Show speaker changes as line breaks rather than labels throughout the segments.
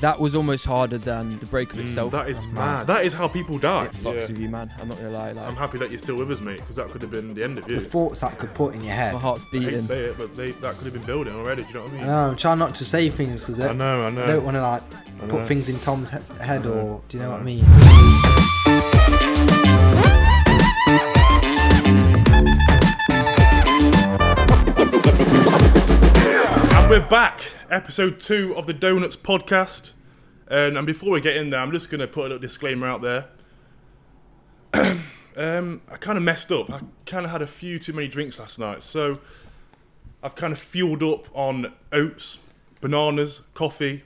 that was almost harder than the breakup itself.
Mm, That is
Oh,
mad. That is how people die.
It fucks
Yeah.
with you, man. I'm not gonna lie. Like
I'm happy that you're still with us, mate, because that could have been the end of
The
you.
thoughts that could put in your head.
my heart's
I hate to
beating.
say it, but they, that could have been building already. Do you know what I mean?
I know, I'm trying not to say things because I,
I know, I know.
don't want to like
I know.
put things in Tom's he- head or do you know what I
know.
mean?
And we're back, episode two of the Donuts podcast. Um, And, and before we get in there, I'm just going to put a little disclaimer out there. um, I kind of messed up. I kind of had a few too many drinks last night. So I've kind of fueled up on oats, bananas, coffee,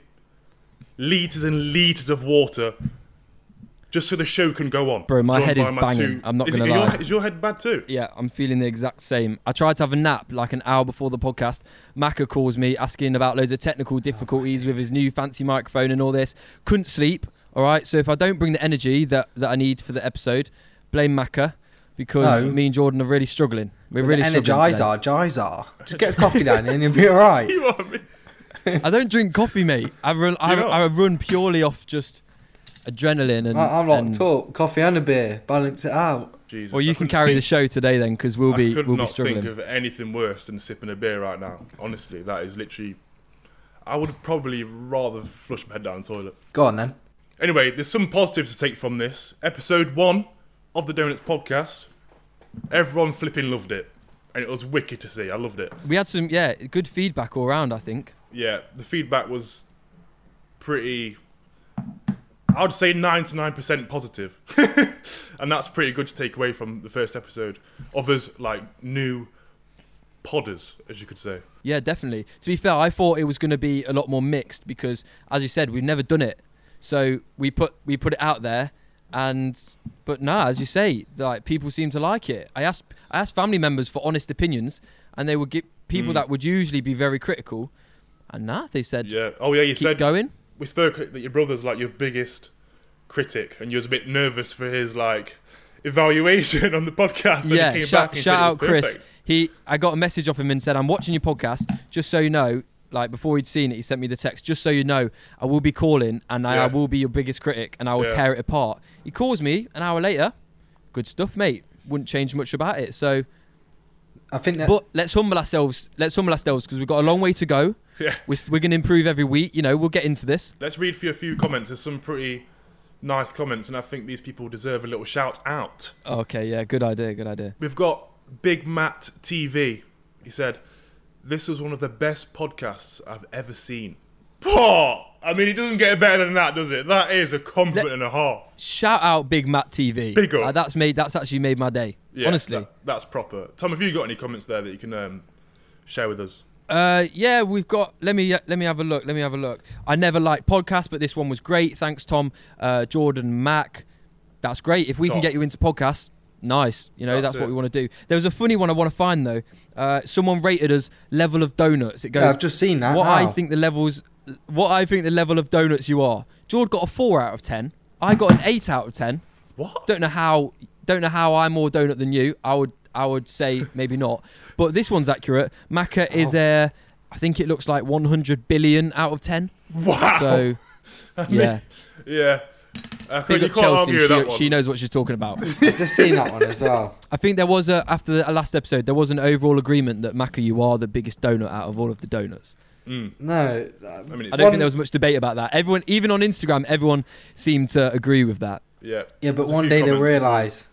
litres and litres of water. Just so the show can go on.
Bro, my
Joined
head
by
is banging. I'm not
Is it-
gonna
your-
lie.
Is your head bad too?
Yeah, I'm feeling the exact same. I tried to have a nap like an hour before the podcast. Maka calls me asking about loads of technical difficulties with his new fancy microphone and all this. Couldn't sleep. All right, so if I don't bring the energy that, that I need for the episode, blame Maka because
No.
me and Jordan are really struggling. We're really struggling. today.
energizer, Gizer. Just get a coffee down and you'll be all right.
You know what I mean?
I don't drink coffee, mate. I run, I,
You're not?
I run purely off just adrenaline and.
I, I'm
and-
locked up. Coffee and a beer, balance it out.
Jesus,
Well, you
I
can
couldn't
carry
think-
the show today then, because we'll be
I could
we'll be
not
struggling.
think of anything worse than sipping a beer right now. Honestly, that is literally. I would probably rather flush my head down the toilet.
Go on then.
Anyway, there's some positives to take from this. Episode one of the Donuts podcast. Everyone flipping loved it. And it was wicked to see. I loved it.
we had some yeah good feedback all round. I think.
Yeah, the feedback was pretty. I would say 99% positive. and that's pretty good to take away from the first episode. Others, like new podders, as you could say.
Yeah, definitely. To be fair, I thought it was going to be a lot more mixed because, as you said, we've never done it. So we put we put it out there, and but nah, as you say, like people seem to like it. I asked I asked family members for honest opinions, and they would give people
Mm.
that would usually be very critical, and nah, they said
Yeah. Oh yeah, you
keep
said
going.
we spoke that your brother's like your biggest critic, and you was a bit nervous for his like evaluation on the podcast. and he
yeah,
came
shout,
back and
shout
said it was
out Chris.
perfect.
He, I got a message off him and said, "I'm watching your podcast. Just so you know, like before he'd seen it, he sent me the text. Just so you know, I will be calling and I, I
Yeah.
will be your biggest critic and I will
Yeah.
tear it apart." He calls me an hour later. Good stuff, mate. Wouldn't change much about it. So,
I think that
but let's humble ourselves. Let's humble ourselves because we've got a long way to go.
Yeah.
We're, s- we're going to improve every week. You know, we'll get into this.
Let's read through a few comments. There's some pretty nice comments, and I think these people deserve a little shout out.
Okay, yeah, good idea, good idea.
We've got Big Matt TV. He said, "This was one of the best podcasts I've ever seen." Poor. I mean, it doesn't get better than that, does it? That is a compliment
Let-
and a half.
Shout out Big Matt TV.
Big up.
Uh, that's made. That's actually made my day.
Yeah,
honestly.
that- that's proper. Tom, have you got any comments there that you can um, share with us?
Uh, yeah, we've got. Let me let me have a look. Let me have a look. I never liked podcasts, but this one was great. Thanks, Tom, uh, Jordan, Mac. That's great. If we can
Top.
get you into podcasts, nice. You know, that's,
That's
what
it.
we want to do. There was a funny one I want to find though. Uh, someone rated us level of donuts. It goes.
yeah, I've just seen that.
what I
now.
think the levels, what I think the level of donuts you are. Jordan got a four out of ten. I got an eight out of ten.
What?
Don't know how. Don't know how I'm more donut than you. I would. I would say maybe not. But this one's accurate. Maka is a. I think it looks like 100 billion out of 10.
Wow.
So yeah,
yeah. Uh,
big
you
up
can't
Chelsea.
argue with that
She,
one.
she knows what she's talking about.
I've just seen that one as well.
I think there was a after the last episode there was an overall agreement that Maka you are the biggest donut out of all of the donuts.
Mm.
No, uh,
I mean,
I
it's,
don't
One-
think there was much debate about that. Everyone, even on Instagram, everyone seemed to agree with that.
yeah.
yeah, but
There's a
one
few
day they'll
comments.
realise.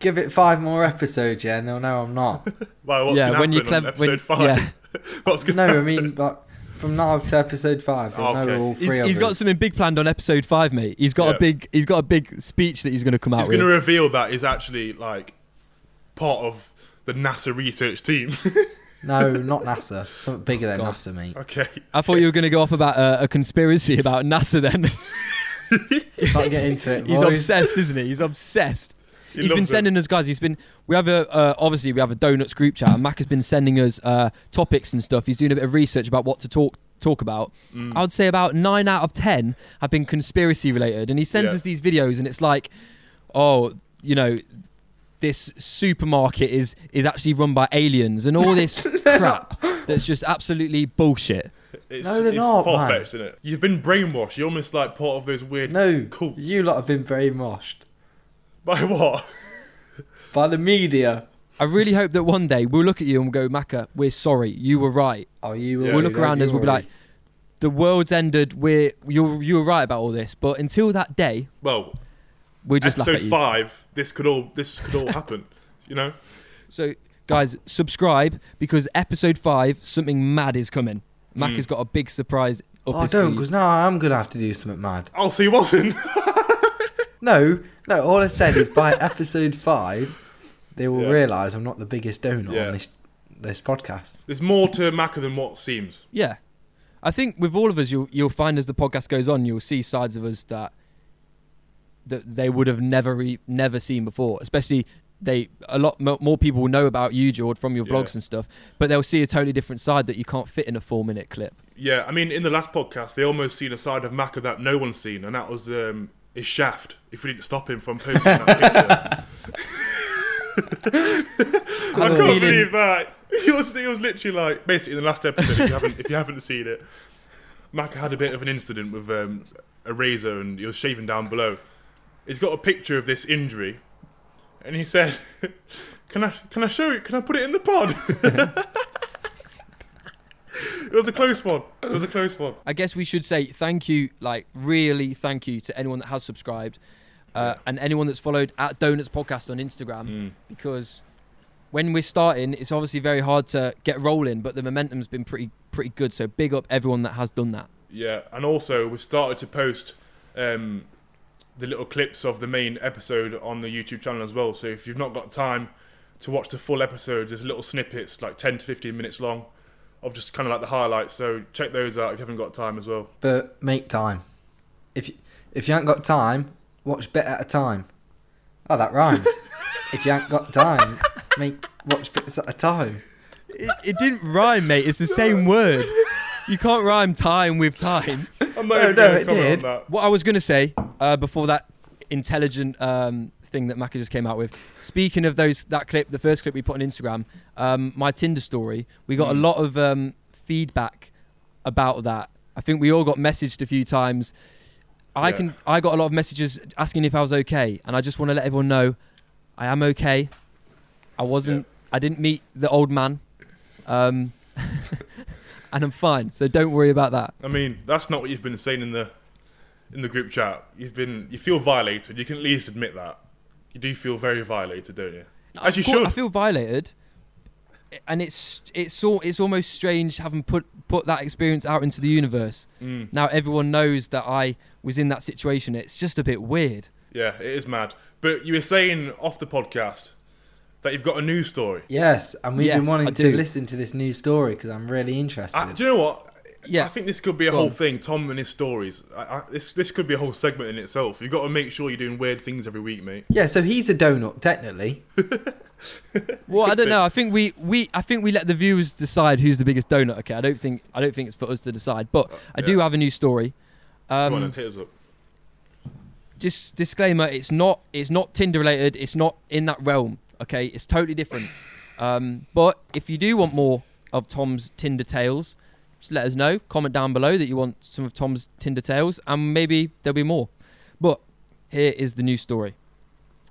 Give it five more episodes, yeah, and they'll know I'm not.
Well, what's
yeah,
gonna
when you
happen on
clev-
episode
when-
five?
yeah.
what's gonna
no, I
happen?
mean, like from now to episode five, they'll
Okay.
know all three
He's,
of
he's got
us.
something big planned on episode five, mate. He's got
Yeah.
a big he's got a big speech that he's going to come out
he's
with.
going to reveal that is actually like part of the NASA research team.
No, not NASA. Something bigger than
God.
NASA, mate.
okay.
I thought you were going to go off about uh, a conspiracy about NASA. Then
Can't get into it.
he's
boys.
obsessed, isn't he? He's obsessed.
He
he's been
loves it.
sending us guys. He's been. We have a uh, obviously we have a donuts group chat. And Mac has been sending us uh, topics and stuff. He's doing a bit of research about what to talk talk about.
Mm.
I would say about nine out of ten have been conspiracy related, and he sends
Yeah.
us these videos, and it's like, oh, you know. This supermarket is is actually run by aliens and all this crap that's just absolutely bullshit.
It's,
No, they're
it's
not, man.
far-fetched, isn't it? You've been brainwashed. You're almost like part of those weird
No,
cults.
you lot have been brainwashed
By what?
by the media.
I really hope that one day we'll look at you and we'll go, Maka, we're sorry. You were right.
Oh,
Yeah.
you
we'll
already
look
know,
around
you
us. We'll be like,
already-
the world's ended. We're you. You were right about all this. But until that day,
Well,
we'll just laugh
episode
at you.
five. This could all this could all happen. You know,
So, guys, subscribe because episode five, something mad is coming. Mac
Mm.
has got a big surprise up
Oh,
his
don't,
sleeve.
because now I'm going to have to do something mad.
oh, so you wasn't.
No, no, all I said is by episode five, they will
Yeah.
realise I'm not the biggest donor
Yeah.
on this, this podcast.
There's more to Macca than what seems.
Yeah, I think with all of us, you'll you'll find as the podcast goes on, you'll see sides of us that that they would have never re- never seen before. Especially they a lot mo- more people will know about you, George, from your
Yeah.
vlogs and stuff, but they'll see a totally different side that you can't fit in a four minute clip.
Yeah, I mean, in the last podcast, they almost seen a side of Macca that no one's seen, and that was um, his shaft. If we didn't stop him from posting that picture,
a
I can't
feeling-
believe that. He was, he was literally like, basically, in the last episode, if you haven't, if you haven't seen it, Macca had a bit of an incident with um, a razor, and he was shaving down below. He's got a picture of this injury, and he said, "Can I, can I show it? Can I put it in the pod?" It was a close one. It was a close one.
I guess we should say thank you, like really thank you to anyone that has subscribed uh, and anyone that's followed at Donuts Podcast on Instagram
Hmm.
because when we're starting, it's obviously very hard to get rolling, but the momentum's been pretty pretty good. So big up everyone that has done that.
Yeah, and also we started to post um, the little clips of the main episode on the YouTube channel as well. So if you've not got time to watch the full episode, there's little snippets like 10 to 15 minutes long of just kind of like the highlights. So check those out if you haven't got time as well.
But make time. If you, if you ain't got time, watch bit at a time. Oh, that rhymes. if you ain't got time, make watch bits at a time.
It, it didn't rhyme, mate. It's the same word. You can't rhyme time with time.
I'm not
No,
even
no,
going
it
to comment
did.
on that.
What I was gonna say uh, before that intelligent um, thing that Maka just came out with. Speaking of those, that clip, the first clip we put on Instagram, um, my Tinder story, we got a lot of um, feedback about that. I think we all got messaged a few times. I
Yeah.
can. I got a lot of messages asking if I was okay, and I just want to let everyone know, I am okay. I wasn't. I didn't meet the old man, um, and I'm fine. So don't worry about that.
I mean, that's not what you've been saying in the in the group chat. You've been you feel violated. You can at least admit that. You do feel very violated, don't you? As you
Of course,
should.
I feel violated, and it's it's all it's almost strange having put put that experience out into the universe.
Mm.
Now everyone knows that I was in that situation. It's just a bit weird.
Yeah, it is mad. But you were saying off the podcast that you've got a news story.
Yes, and we've
Yes,
been
I
wanting to
do. Ah,
listen to this new story because I'm really interested.
I, do you know what?
Yeah.
I think this could be a
Go
whole
on.
thing. Tom and his stories. I, I, this this could be a whole segment in itself. You've got to make sure you're doing weird things every week, mate.
yeah, so he's a donut technically.
Well, I
Could
don't
be.
know. I think we, we I think we let the viewers decide who's the biggest donut. Okay, I don't think I don't think it's for us to decide. But I do
yeah.
have a new story. Um,
Come on and hit us up.
just disclaimer it's not it's not tinder related it's not in that realm okay it's totally different um, but if you do want more of tom's tinder tales just let us know comment down below that you want some of tom's tinder tales and maybe there'll be more but here is the new story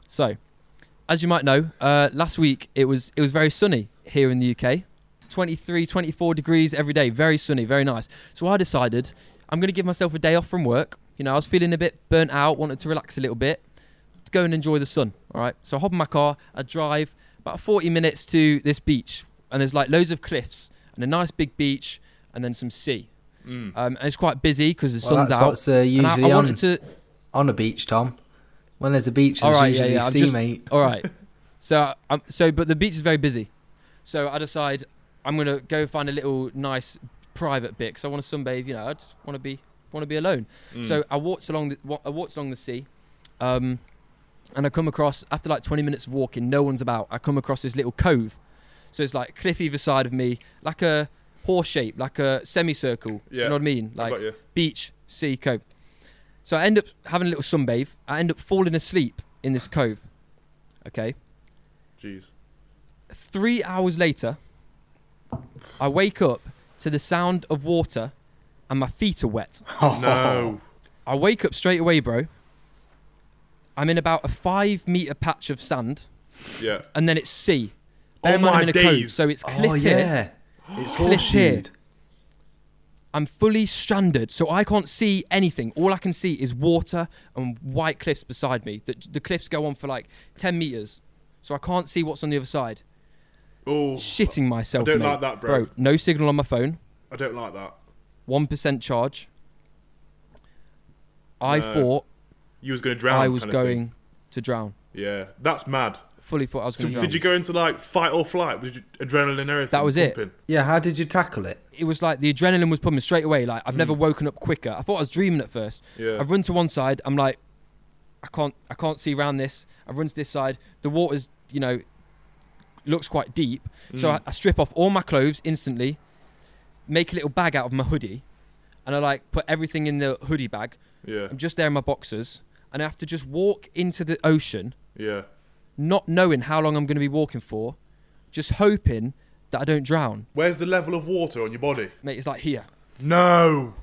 so as you might know uh, last week it was it was very sunny here in the uk 23 24 degrees every day very sunny very nice so i decided I'm going to give myself a day off from work. You know, I was feeling a bit burnt out, wanted to relax a little bit, to go and enjoy the sun. All right. So I hop in my car, I drive about 40 minutes to this beach, and there's like loads of cliffs and a nice big beach and then some sea.
Mm.
Um, and it's quite busy because the
Well,
sun's
that's
out.
what's uh,
and I-
usually
I,
on,
wanted to.
on a beach, Tom. When there's a beach,
All
there's
right, yeah,
usually
yeah, I'm
sea,
just-
mate.
All right. so, um, so but the beach is very busy. So I decide I'm gonna go find a little nice private bit because I want to sunbathe. You know, I just want to be want to be alone.
Mm.
So I walked along the wa- I walked along the sea, um, and I come across after like 20 minutes of walking, no one's about. I come across this little cove, so it's like cliff either side of me, like a horse shape, like a semicircle. Do
Yeah.
you know what I mean?
I've
Like
got you.
beach, sea, cove. So I end up having a little sunbathe. I end up falling asleep in this cove. Okay
Jeez.
three hours later, I wake up to the sound of water, and my feet are wet. Oh.
No.
I wake up straight away, bro. I'm in about a five meter patch of sand,
Yeah.
and then it's sea.
Oh
Bear in mind,
my
I'm in a cove,
days.
so it's cliff
oh
here.
yeah, it's
Cliff here.
horseshoed.
I'm fully stranded, so I can't see anything. All I can see is water and white cliffs beside me. The, the cliffs go on for like 10 meters, so I can't see what's on the other side.
Oh,
Shitting myself.
I don't
mate.
like that, bro.
No signal on my phone,
I don't like that.
1% charge. I
No,
thought
You was gonna Uh, drown.
I was
kind of thing.
going to drown.
Yeah, that's mad.
Fully thought I was
So
going to drown.
did you go into like fight or flight? Did you, adrenaline and everything?
That was it.
pumping?
Yeah, how did you tackle it?
it was like the adrenaline was pumping straight away. Like I've never woken up quicker. I thought I was dreaming at first.
Mm. Yeah.
I run to one side. I'm like, I can't, I can't see round this. I run to this side. The water's, you know, looks quite deep. So
Mm.
I, I strip off all my clothes instantly, make a little bag out of my hoodie, and I like put everything in the hoodie bag.
Yeah.
I'm just there in my boxers, and I have to just walk into the ocean,
Yeah.
not knowing how long I'm going to be walking for, just hoping that I don't drown.
Where's the level of water on your body?
Mate, it's like here.
No.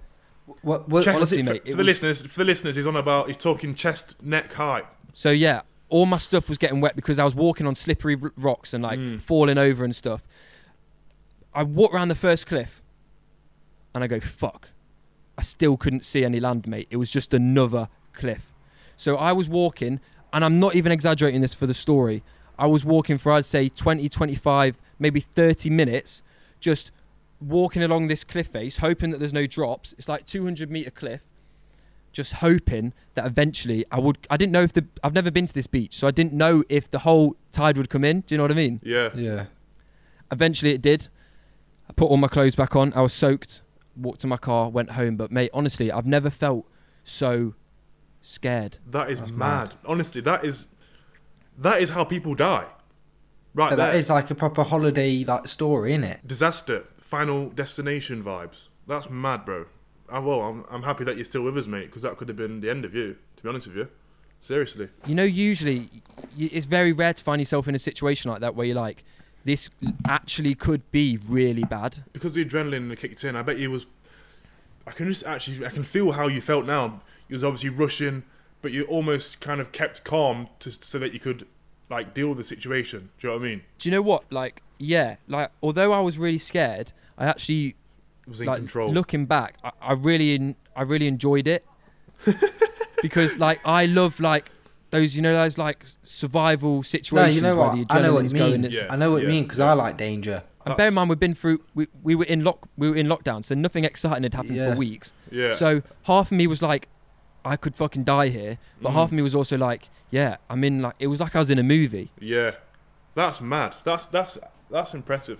What, what,
Chest-
what was
honestly,
it?
mate,
for,
it
the
was-
listeners, for the listeners, he's on about. He's talking chest, neck height.
So yeah, all my stuff was getting wet because I was walking on slippery r- rocks and like falling over and stuff. I walked around the first cliff, and I go fuck. I still couldn't see any land, mate. It was just another cliff. So I was walking, and I'm not even exaggerating this for the story. I was walking for I'd say 20, 25, maybe 30 minutes, just walking along this cliff face, hoping that there's no drops. It's like 200 meter cliff just hoping that eventually I would. I didn't know if the. I've never been to this beach, so I didn't know if the whole tide would come in. Do you know what I mean?
Yeah.
Yeah.
Eventually it did. I put all my clothes back on. I was soaked. Walked to my car, went home. But mate, honestly, I've never felt so scared.
That is
That's
mad. Honestly, that is that is how people die. Right.
Yeah, that
there.
is like a proper holiday like story, is it?
disaster. Final destination vibes. That's mad, bro. Ah, well, I'm, I'm happy that you're still with us, mate, because that could have been the end of you. To be honest with you, seriously.
You know, usually y- it's very rare to find yourself in a situation like that where you're like, this actually could be really bad.
because the adrenaline kicked in, I bet you was. I can just actually, I can feel how you felt now. You was obviously rushing, but you almost kind of kept calm to, so that you could, like, deal with the situation. Do you know what I mean?
Do you know what? Like, yeah, like although I was really scared, I actually
It was in
like,
control.
Looking back, I, I really, en- I really enjoyed it because, like, I love like those, you know, those like survival
No,
situations
you know
where
what?
the
I know what
adrenaline's
you
going.
mean.
it's-
Yeah.
I know what you mean because
yeah.
I like danger.
And bear in
That's-
mind, we've been through. We, we were in lock. We were in lockdown, so nothing exciting had happened
Yeah.
for weeks.
yeah.
So half of me was like, I could fucking die here, but
Mm-hmm.
half of me was also like, yeah, I'm in. Like it was like I was in a movie.
yeah. That's mad. That's that's that's impressive.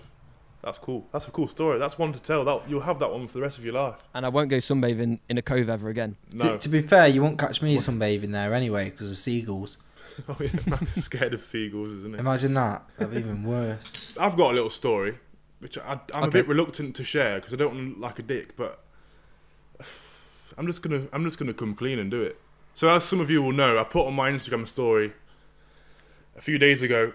That's cool. That's a cool story. That's one to tell. That you'll have that one for the rest of your life.
And I won't go sunbathing in a cove ever again.
To-
No,
To, be fair, you won't catch me sunbathing there anyway because of seagulls.
oh, yeah, I'm scared of seagulls, isn't it?
Imagine that. That'd be even worse.
I've got a little story, which I, I'm a
Okay.
bit reluctant to share because I don't want to look like a dick, but I'm just gonna I'm just gonna come clean and do it. So as some of you will know, I put on my Instagram story a few days ago.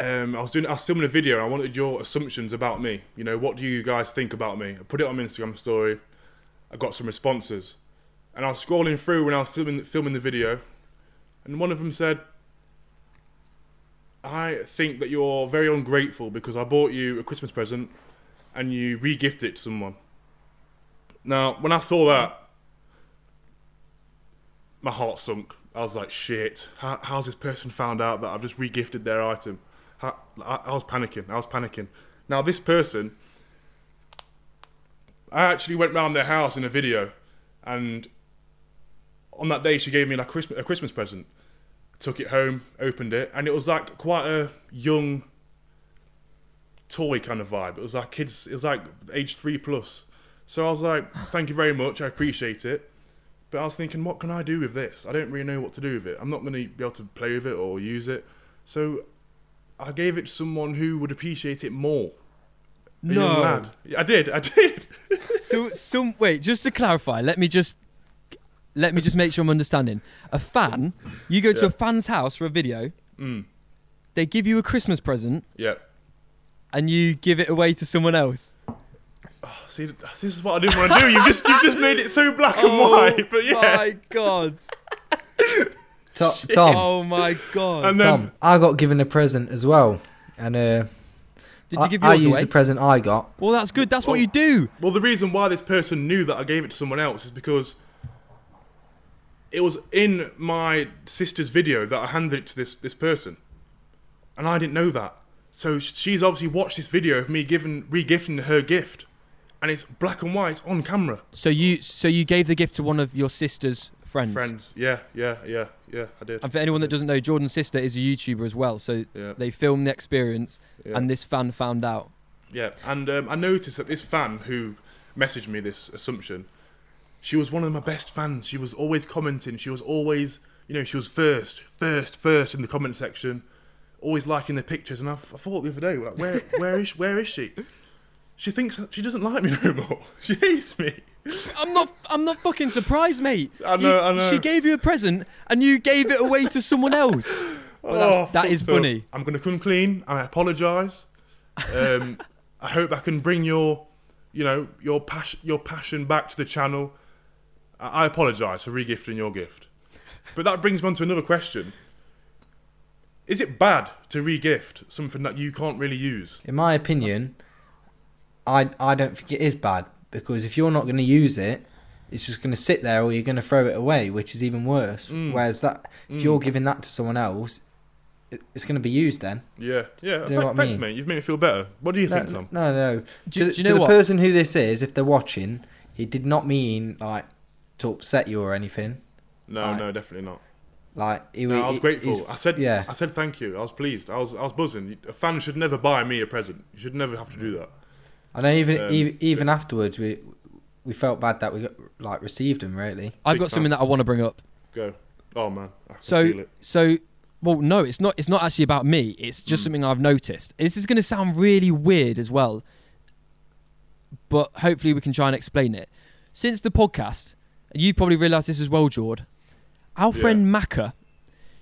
Um, I was doing I was filming a video. and I wanted your assumptions about me. You know, what do you guys think about me? I put it on my Instagram story. I got some responses, and I was scrolling through when I was filming filming the video, and one of them said, I think that you're very ungrateful because I bought you a Christmas present and you re-gifted it to someone. Now, when I saw that, my heart sunk. I was like, shit, how, how's this person found out that I've just re-gifted their item? How, I, I was panicking, I was panicking. Now, this person, I actually went round their house in a video and on that day she gave me like Christmas, a Christmas present took it home, opened it, and it was like quite a young toy kind of vibe. It was like kids, it was like age three plus. So I was like, thank you very much, I appreciate it. But I was thinking, what can I do with this? I don't really know what to do with it. I'm not going to be able to play with it or use it. So I gave it to someone who would appreciate it more. A young
No.
lad. I did, I did.
so some wait just to clarify let me just let me just make sure i'm understanding a fan you go to
Yeah. Mm.
a fan's house for a video they give you a christmas present
yeah.
and you give it away to someone else
Oh, see, this is what I didn't want to do. You've just, you've just made it so black and white. But yeah.
Oh my god.
To- Tom,
Oh my god.
And then,
Tom, I got given a present as well, and uh,
Did
I,
you give
I
yours
used
away?
the present I got.
well, that's good. That's what you do.
well, the reason why this person knew that I gave it to someone else is because it was in my sister's video that I handed it to this, this person. And I didn't know that. So sh- she's obviously watched this video of me giving, regifting her gift. And it's black and white, it's on camera.
So you so you gave the gift to one of your sister's friends.
Friends. Yeah, yeah, yeah, yeah, I did.
And for anyone that doesn't know, Jordan's sister is a YouTuber as well. So
Yeah.
they filmed the experience,
Yeah.
and this fan found out.
Yeah, and um, I noticed that this fan who messaged me this assumption, she was one of my best fans. She was always commenting. She was always, you know, she was first, first, first in the comment section, always liking the pictures. And I, I thought the other day, like, where, where is, where is she? She thinks she doesn't like me no more. She hates me.
I'm not. I'm not fucking surprised, mate.
I know,
You-
I know.
She gave you a present, and you gave it away to someone else. Well, that's,
Oh,
that is
fucked up.
funny.
I'm gonna come clean. I apologise. Um, I hope I can bring your, you know, your passion, your passion back to the channel. I, I apologise for regifting your gift, but that brings me on to another question. Is it bad to regift something that you can't really use?
In my opinion, I I don't think it is bad because if you're not going to use it, it's just going to sit there, or you're going to throw it away, which is even worse.
Mm.
Whereas that, if
Mm.
you're giving that to someone else, it, it's going to be used then.
Yeah, yeah.
Do you know
tha-
what I
thanks,
mean?
mate. You've made me feel better. What do you
No,
think, Tom?
no, no.
Do,
to,
do you
to
know
the
what?
person who this is, if they're watching, he did not mean like to upset you or anything.
No,
Right.
no, definitely not.
Like he,
No, I was
he-
grateful.
he's-
I said,
yeah.
I said thank you. I was pleased. I was, I was buzzing. A fan should never buy me a present. You should never have to do that.
I know even
Um,
even, even afterwards we we felt bad that we got, like received him really.
I've
Big
got
fan.
something that I want to bring up.
Go. Oh man. I can feel
So
it.
so well no it's not it's not actually about me it's
Mm.
just something I've noticed. This is going to sound really weird as well. But hopefully we can try and explain it. Since the podcast, and you've probably realized this as well Jord, our
Yeah.
friend Macca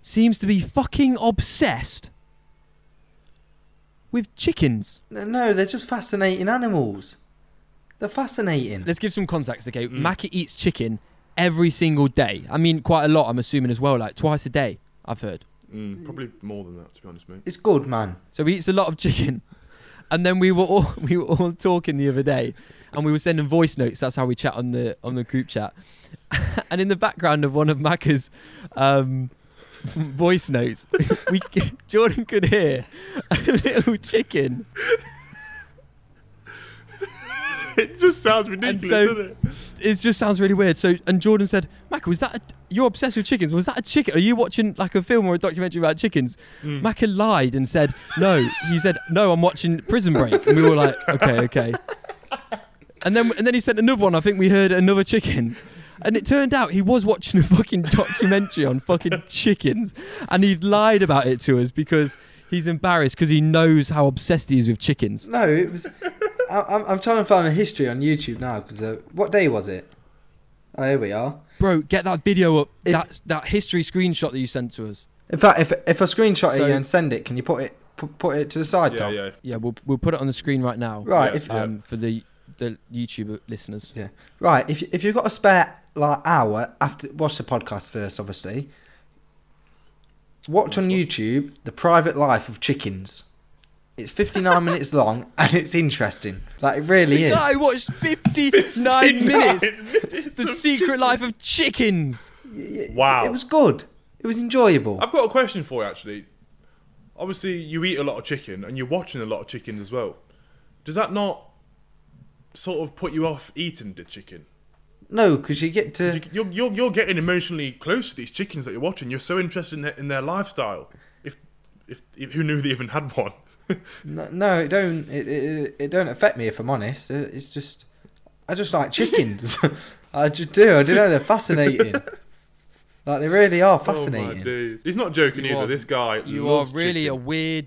seems to be fucking obsessed with chickens.
No, no, they're just fascinating animals. They're fascinating.
Let's give some context, okay?
Mm.
Macca eats chicken every single day. I mean quite a lot I'm assuming as well like twice a day I've heard.
Mm, probably more than that, to be honest, mate.
It's good, man.
So he eats a lot of chicken. And then we were all we were all talking the other day, and we were sending voice notes. That's how we chat on the on the group chat. and in the background of one of Macca's um, voice notes, we Jordan could hear a little chicken.
it just sounds
ridiculous, so- doesn't
it?
It just sounds really weird. So and Jordan said, "Macca, was that a, you're obsessed with chickens? Was that a chicken? Are you watching like a film or a documentary about chickens?" Macca lied and said, "No." he said, "No, I'm watching Prison Break." And we were like, "Okay, okay." And then and then he sent another one. I think we heard another chicken. And it turned out he was watching a fucking documentary on fucking chickens and he lied about it to us because he's embarrassed because he knows how obsessed he is with chickens.
No, it was. I, I'm I'm trying to find a history on YouTube now because uh, what day was it? Oh, here we are.
Bro, get that video up.
If-
that that history screenshot that you sent to us.
In fact, if if I screenshot
So-
it and send it, can you put it put, put it to the side,
Yeah,
Tom?
yeah.
Yeah, we'll we'll put it on the screen right now.
Right,
Yeah.
if
Um, for the the YouTube listeners.
Yeah. Right. If if you've got a spare like hour after watch the podcast first, obviously. Watch on YouTube the private life of chickens. It's 59 minutes long and it's interesting. Like it really
The
is.
guy watched 59 minutes. The Secret Life of Chickens.
Wow.
It was good. It was enjoyable.
I've got a question for you, actually. Obviously, you eat a lot of chicken, and you're watching a lot of chickens as well. Does that not sort of put you off eating the chicken?
No, because you get to.
You- You're, you're, you're getting emotionally close to these chickens that you're watching. You're so interested in their, in their lifestyle. If, if, if who knew they even had one?
No, no, it don't. It, it it don't affect me if I'm honest. It- It's just I just like chickens. I just do. I do know they're fascinating. like they really are
Oh my
fascinating.
days. He's not joking
You
either.
are-
this guy.
You are
loves
really a
chicken.
weird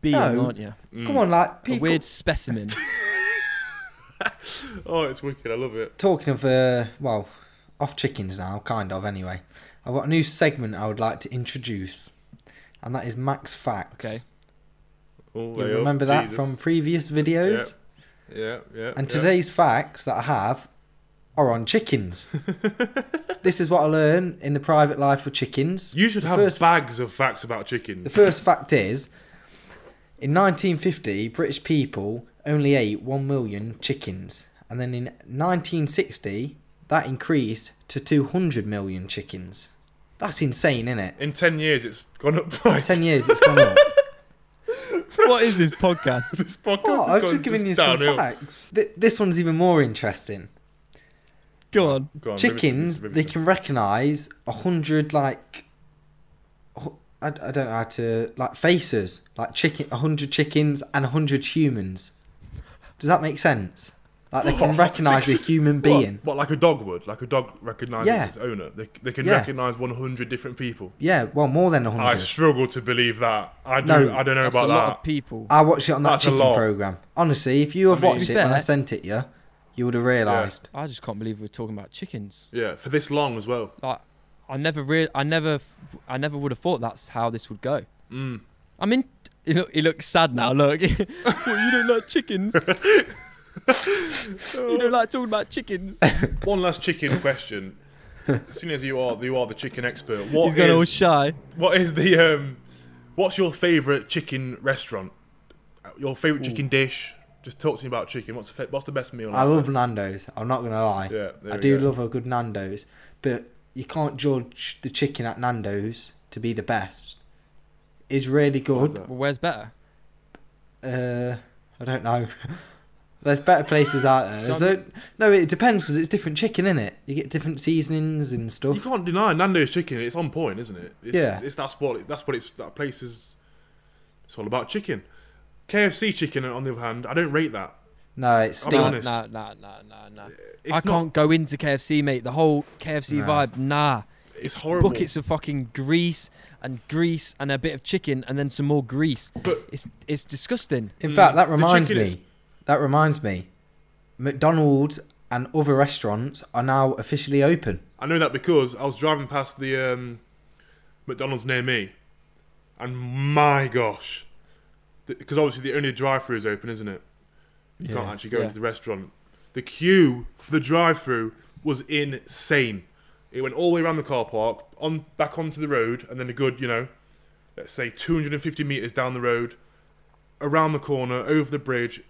being,
No.
aren't you?
mm.
Come on, like
A
people.
weird specimen.
Oh, it's wicked. I love it.
Talking of, uh, well, off chickens now, kind of anyway. I've got a new segment I would like to introduce, and that is Max Facts.
Okay.
Oh,
You
there are.
remember that
Jesus.
from previous videos?
Yeah, yeah.
And
yeah.
today's facts that I have are on chickens. this is what I learn in the private life of chickens.
You should
The
have
first-
bags of facts about chicken.
The first fact is in 1950, British people only ate 1 million chickens. And then in 1960, that increased to 200 million chickens. That's insane, isn't it?
In 10 years, it's gone up by
10 years it's gone up.
what is this podcast?
This podcast has
What? I'm just
gone
giving you
just
some
downhill.
facts. Th- this one's even more interesting.
Go on.
Go on, ribbit it,
chickens
ribbit
they
it.
can recognize a hundred like hu- I, I don't know how to like faces like chicken a hundred chickens and a hundred humans does that make sense like they can
What?
recognize a human
What?
being
What, like a dog would? Like a dog recognises
Yeah.
its owner. They, they can
Yeah.
recognise 100 different people.
yeah well more than a
I
hundred
struggle to believe that. I, do,
No.
I don't know
That's
about
a lot
that.
of people.
I watched it on that
That's a
chicken
lot.
program honestly if you have
I mean-
watched
To
it
be
when I
fair-
sent it you you would have realized
I just can't believe we're talking about chickens.
yeah, for this long as well.
Like, I never real, I never, f- I never would have thought that's how this would go.
Mm.
I mean, he, look, he looks sad now. Look, Well, you don't like chickens. you don't like talking about chickens.
One last chicken question. As soon as you are, you are the chicken expert. What
He's going all
is-
shy.
What is the um? What's your favorite chicken restaurant? Your favorite chicken dish? Just talk to me about chicken. What's the fa- what's the best meal?
I love Nando's I'm not gonna lie
Yeah, there
I
we
do
go.
love a good Nando's, but you can't judge the chicken at Nando's to be the best. It's really
Why's
good.
that?
Well, where's better?
Uh, I don't know. There's better places out there. There's
John-
no, no, it depends because it's different chicken, in it? You get different seasonings and
You
stuff.
can't deny Nando's chicken. It's on point, isn't it? It's,
Yeah.
It's that's what that's what it's that place is. It's all about chicken. KFC chicken, on the other hand, I don't rate that.
No, it
I'll be
Nah,
stinks.
honest.
nah, nah, nah, nah, nah.
It's
I
not-
can't go into KFC, mate. The whole KFC
No.
vibe, nah.
It's horrible.
Buckets of fucking grease and grease and a bit of chicken and then some more grease.
But-
it's it's disgusting.
In
Mm,
fact, that
the
reminds me.
chicken is-
That reminds me. McDonald's and other restaurants are now officially open.
I know that because I was driving past the um, McDonald's near me, and my gosh, because obviously the only drive-through is open, isn't it? You can't
Yeah.
actually go
Yeah.
into the restaurant. The queue for the drive-through was insane. It went all the way around the car park, on back onto the road, and then a good, you know, let's say 250 meters down the road, around the corner, over the bridge.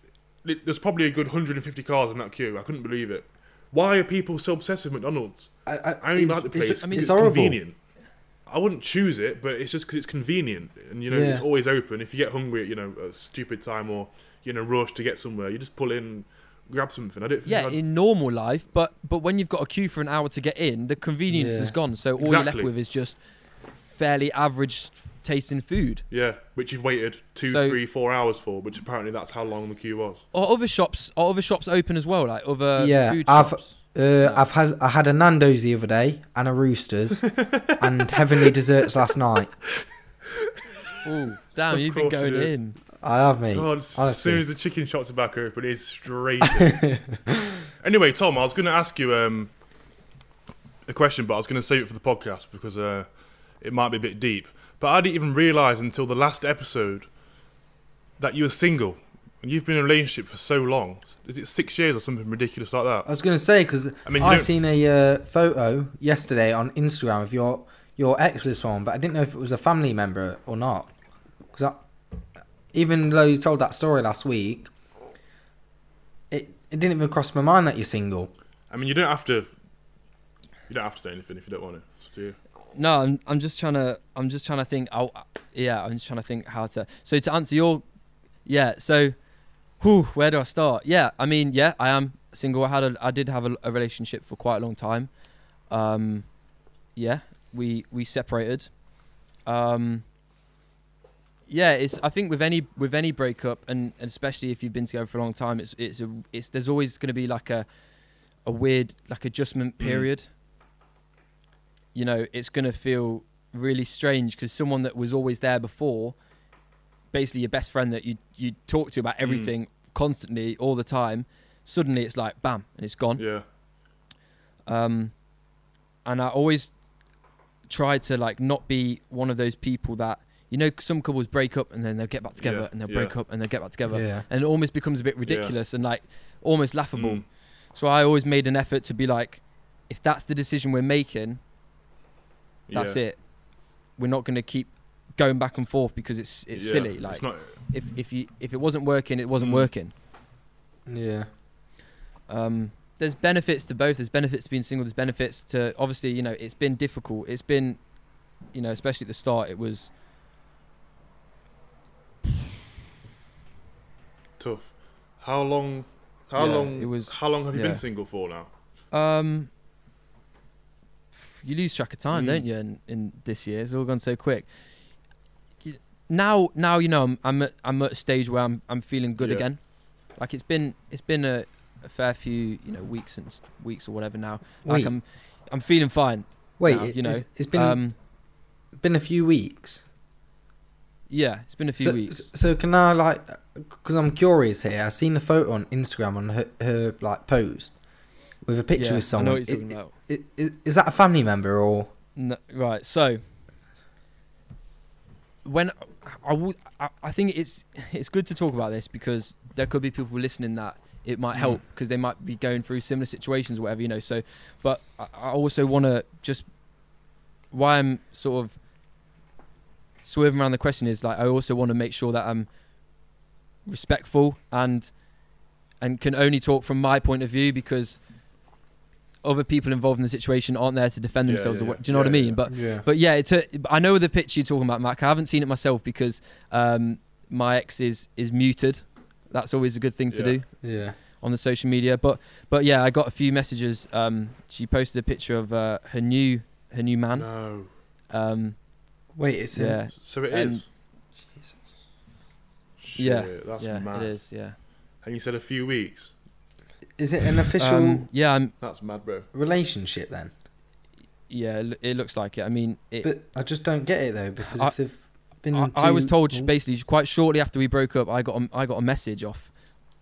Li- There's probably a good 150 cars in that queue. I couldn't believe it. Why are people so obsessed with McDonald's?
I, I,
I only
it's-
like the
it's-
place. because
I mean,
it's,
it's horrible.
convenient. I wouldn't choose it, but it's just because it's convenient, and you know it's
Yeah.
always open. If you get hungry at you know a stupid time or you know rush to get somewhere, you just pull in, and grab something. I don't think.
Yeah,
I'd-
in normal life, but but when you've got a queue for an hour to get in, the convenience
Yeah.
is gone. So all you're left
Exactly.
with is just fairly average tasting food.
yeah, which you've waited two,
So-
three, four hours for, which apparently that's how long the queue was.
Or other shops, or other shops open as well, like other
Yeah,
food
I've-
shops.
Uh, I've had I had a Nando's the other day and a Roosters and heavenly desserts last night.
Oh, damn,
Of
you've been
course you
going
do.
in.
I have me.
God, as
honestly.
soon as the chicken shops are back open, it's straight. in. anyway, Tom, I was going to ask you um, a question, but I was going to save it for the podcast because uh, it might be a bit deep. But I didn't even realise until the last episode that you were single. And you've been in a relationship for so long. Is it six years or something ridiculous like
I
that?
was gonna say because
I
I
mean, you
I
don't-
seen a uh, photo yesterday on Instagram of your your ex with someone, but I didn't know if it was a family member or not. Because even though you told that story last week, it it didn't even cross my mind that you're single.
I mean, you don't have to. You don't have to say anything if you don't want to. It's up to you.
No, I'm I'm just trying to I'm just trying to think. Oh, yeah, I'm just trying to think how to. So to answer your, yeah. So, whew, where do I start? Yeah, I mean, yeah, I am single. I had a I did have a, a relationship for quite a long time. Um, yeah, we we separated. Um, yeah, it's I think with any with any breakup and, and especially if you've been together for a long time, it's it's a it's there's always going to be like a a weird like adjustment period you know, it's going to feel really strange because someone that was always there before, basically your best friend that you you talk to about everything constantly all the time, suddenly it's like bam and it's gone.
Yeah.
Um, and I always try to like not be one of those people that you know some couples break up and then they'll get back together
Yeah,
and they'll
yeah.
break up and they'll get back together
Yeah.
and it almost becomes a bit ridiculous and like almost laughable
Mm.
so i always made an effort to be like if that's the decision we're making that's
Yeah.
it we're not going to keep going back and forth because it's it's
Yeah.
silly like
not,
if if you if it wasn't working it wasn't
Mm.
working
Yeah.
um, there's benefits to both. There's benefits to being single. There's benefits to obviously, you know, it's been difficult. It's been, you know, especially at the start, it was
tough. How long? How
Yeah,
long?
it was-
how long have you
yeah.
been single for now?
um, you lose track of time,
Mm.
don't you? In, in this year, it's all gone so quick. You- Now, now you know, I'm I'm at, I'm at a stage where I'm I'm feeling good
Yeah.
again. Like it's been it's been a, a fair few you know weeks and s- weeks or whatever now. Like
Wait.
I'm I'm feeling fine.
Wait.
now,
it-
you know,
it's- it's been
um,
been a few weeks.
yeah, it's been a few
so,
weeks.
So can I like? Because I'm curious here. I seen the photo on Instagram on her, her like post with a picture
Yeah,
with someone.
I know what you're
It-
talking about.
it- it- is that a family member or?
No, right. So when I would, I, I think it's it's good to talk about this because there could be people listening that it might
Mm.
help because they might be going through similar situations, or whatever you know. So, but I, I also want to just why I'm sort of swerving around the question is like I also want to make sure that I'm respectful and and can only talk from my point of view because other people involved in the situation aren't there to defend
Yeah,
themselves.
yeah,
or what,
yeah.
do you know what I
Yeah, yeah,
mean?
yeah.
But
yeah.
but yeah, it's a, I know the picture you're talking about, Mac. I haven't seen it myself because um, my ex is is muted. That's always a good thing to
Yeah.
do
Yeah.
on the social media. But but yeah, I got a few messages. Um, she posted a picture of uh, her new her new man.
No.
Um,
Wait. It's in-
yeah,
So it
And-
is. Shit,
Yeah,
That's
yeah,
mad.
it is. Yeah,
And you said a few weeks.
Is it an official
Um, yeah, I'm,
That's mad, bro.
relationship then?
yeah. it loo- It looks like it. I mean, it,
But I just don't get it though because
I-
if they've been.
I, I was
too- Oh,
told sh- basically quite shortly after we broke up, I got a, I got a message off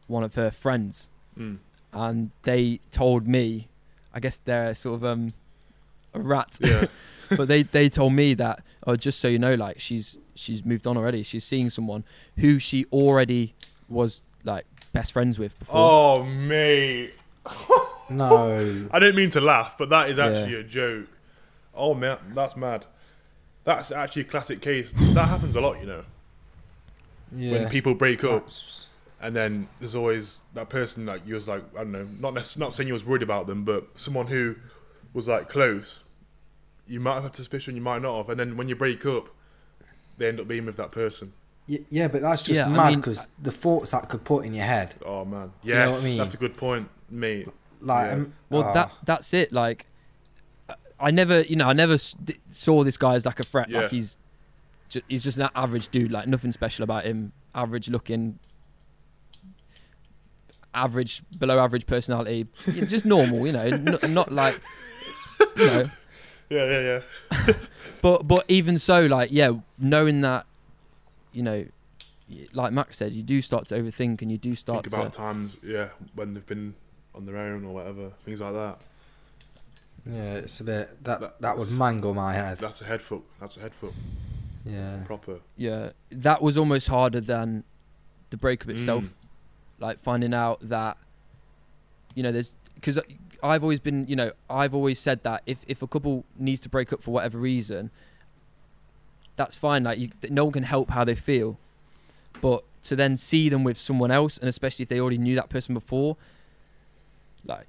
one of her friends
Mm.
and they told me, I guess they're sort of um, a rat,
Yeah.
but they they told me that oh, just so you know, like she's she's moved on already. She's seeing someone who she already was like best friends with before.
oh mate,
No.
I didn't mean to laugh, but that is
Yeah.
actually a joke. Oh man, that's mad. That's actually a classic case. That happens a lot, you know.
Yeah.
When people break up,
That's-
and then there's always that person that you was like I don't know, not necess- not saying you was worried about them, but someone who was like close. You might have had suspicion, you might not have, and then when you break up, they end up being with that person.
Y- Yeah, but that's just
Yeah, I
mad
mean,
because the thoughts that could put in your head,
Oh man, yes,
you know what I mean?
that's a good point, mate.
like,
Yeah.
um,
well,
ah,
that that's it. Like, I- I never, you know, I never s- d- saw this guy as like a threat.
Yeah.
Like he's ju- he's just an average dude. Like nothing special about him. Average looking. Average, below average personality, You know, just normal, you know, n- not like, you know,
Yeah, yeah, yeah.
but but even so, like yeah, knowing that, you know, y- like Max said, you do start to overthink and you do start
Think about
to
times, yeah, when they've been on their own or whatever, things like that.
oh, yeah, it's a bit that that,
That-
would mangle my head.
That's a head foot. That's a head foot.
yeah,
Proper.
yeah. That was almost harder than the breakup itself.
Mm.
Like finding out that, you know, there's because I've always been, you know, I've always said that if if a couple needs to break up for whatever reason, that's fine. Like you, no one can help how they feel, but to then see them with someone else, and especially if they already knew that person before, like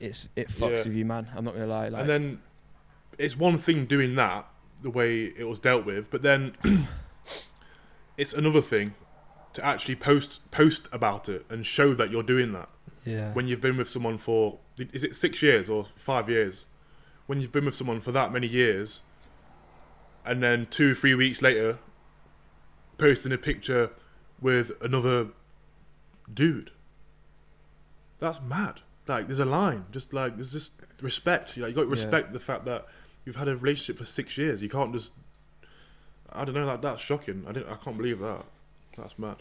it's it fucks
Yeah.
with you, man. I'm not gonna lie. Like,
and then it's one thing doing that the way it was dealt with, but then it's another thing to actually post post about it and show that you're doing that
yeah,
when you've been with someone for is it six years or five years? When you've been with someone for that many years, and then two three weeks later, posting a picture with another dude. That's mad. Like there's a line. Just like there's just respect. Like you got to
Yeah.
respect the fact that you've had a relationship for six years. You can't just. I don't know. That that's shocking. I didn't. I can't believe that. That's mad.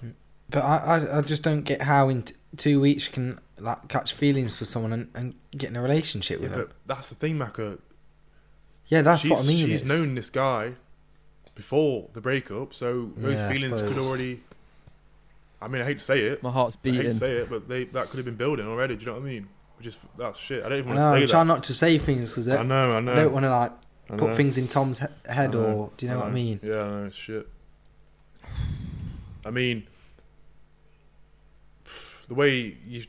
but I, I, I just don't get how in t- two weeks you can like catch feelings for someone and, and get in a relationship
Yeah,
with them.
but that's the thing, Maka.
Yeah, that's
she's,
what I mean.
She's
it's-
known this guy before the breakup, so those
Yeah, I
feelings could
suppose.
already. I mean, I hate to say it.
My heart's
I hate to
beating.
say it, but they that could have been building already. Do you know what I mean? Which is that's shit. I don't even
I
want
know,
to
I'm
say
trying
that.
not to say things because
I
I,
know. I know.
don't want to like
I
put
know.
things in Tom's he- head
I know,
or do you know what I mean?
Um, Yeah, I know, it's shit. I mean, pff, the way you,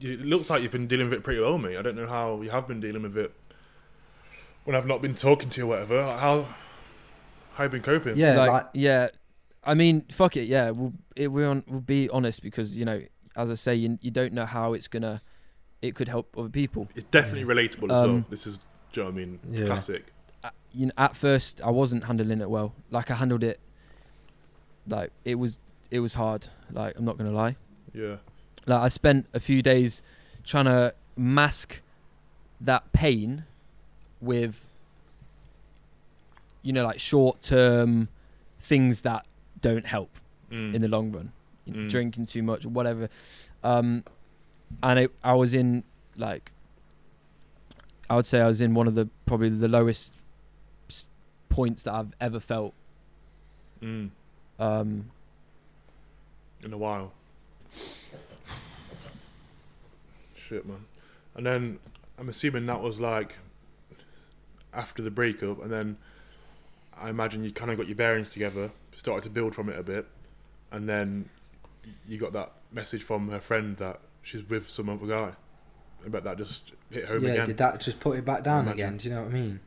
you- it looks like you've been dealing with it pretty well, mate. I don't know how you have been dealing with it when I've not been talking to you, or whatever. Like how, how you been coping?
Yeah,
like,
like
yeah. I mean, fuck it. Yeah, we'll it, we're on, we'll be honest because you know, as I say, you, you don't know how it's gonna, it could help other people.
it's definitely relatable as well.
Um,
This is, do you know what I mean?
Yeah.
Classic.
I- you know, at first I wasn't handling it well. Like I handled it, like it was it was hard. Like I'm not gonna lie.
Yeah,
Like I spent a few days trying to mask that pain with, you know, like short term things that don't help
Mm.
in the long run. You know,
Mm.
Drinking too much, whatever. Um, and it, I was in like, I would say I was in one of the probably the lowest s- points that I've ever felt.
Mm.
Um,
in a while. Shit, man. And then I'm assuming that was like after the breakup, and then I imagine you kind of got your bearings together, started to build from it a bit, and then you got that message from her friend that she's with some other guy. I bet that just hit home
yeah,
again.
did that just put it back down
Imagine.
again? Do you know what I mean?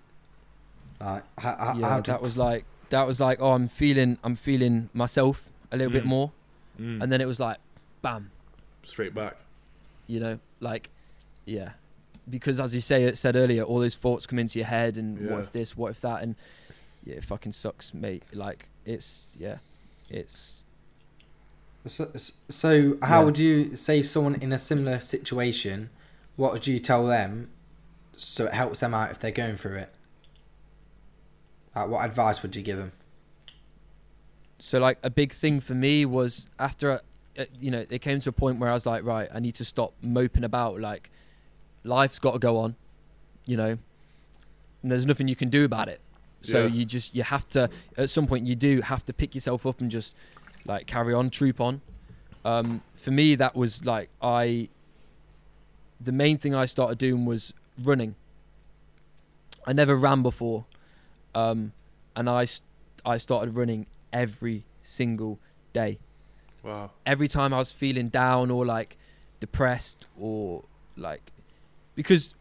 Like how, how,
yeah,
how did
that was like that was like oh I'm feeling I'm feeling myself a little bit
Mm.
more,
Mm,
and then it was like, bam,
straight back.
you know, like, yeah, because as you say said earlier, all those thoughts come into your head and
Yeah.
what if this, what if that, and yeah, it fucking sucks, mate. Like it's yeah, it's
So, so how
Yeah.
would you say someone in a similar situation? What would you tell them so it helps them out if they're going through it? Like, what advice would you give them?
so like a big thing for me was after I, uh, you know it came to a point where I was like right I need to stop moping about like life's got to go on you know and there's nothing you can do about it so
Yeah.
you just you have to at some point you do have to pick yourself up and just like carry on troop on um, for me that was like I the main thing I started doing was running I never ran before um, and I st- I started running every single day.
Wow.
Every time I was feeling down or like depressed or like because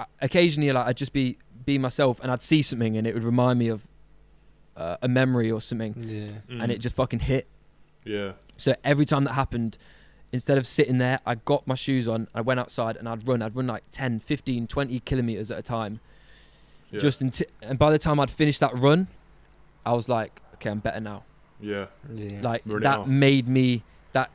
I- occasionally like I'd just be be myself and I'd see something and it would remind me of uh, a memory or something
Yeah.
and it
Mm,
just fucking hit.
yeah.
So every time that happened instead of sitting there I got my shoes on, I went outside and I'd run. I'd run like 10, 15, 20 kilometers at a time
Yeah.
just until and by the time I'd finished that run I was like okay, I'm better now.
yeah.
Yeah.
like
Run it
that
off.
made me that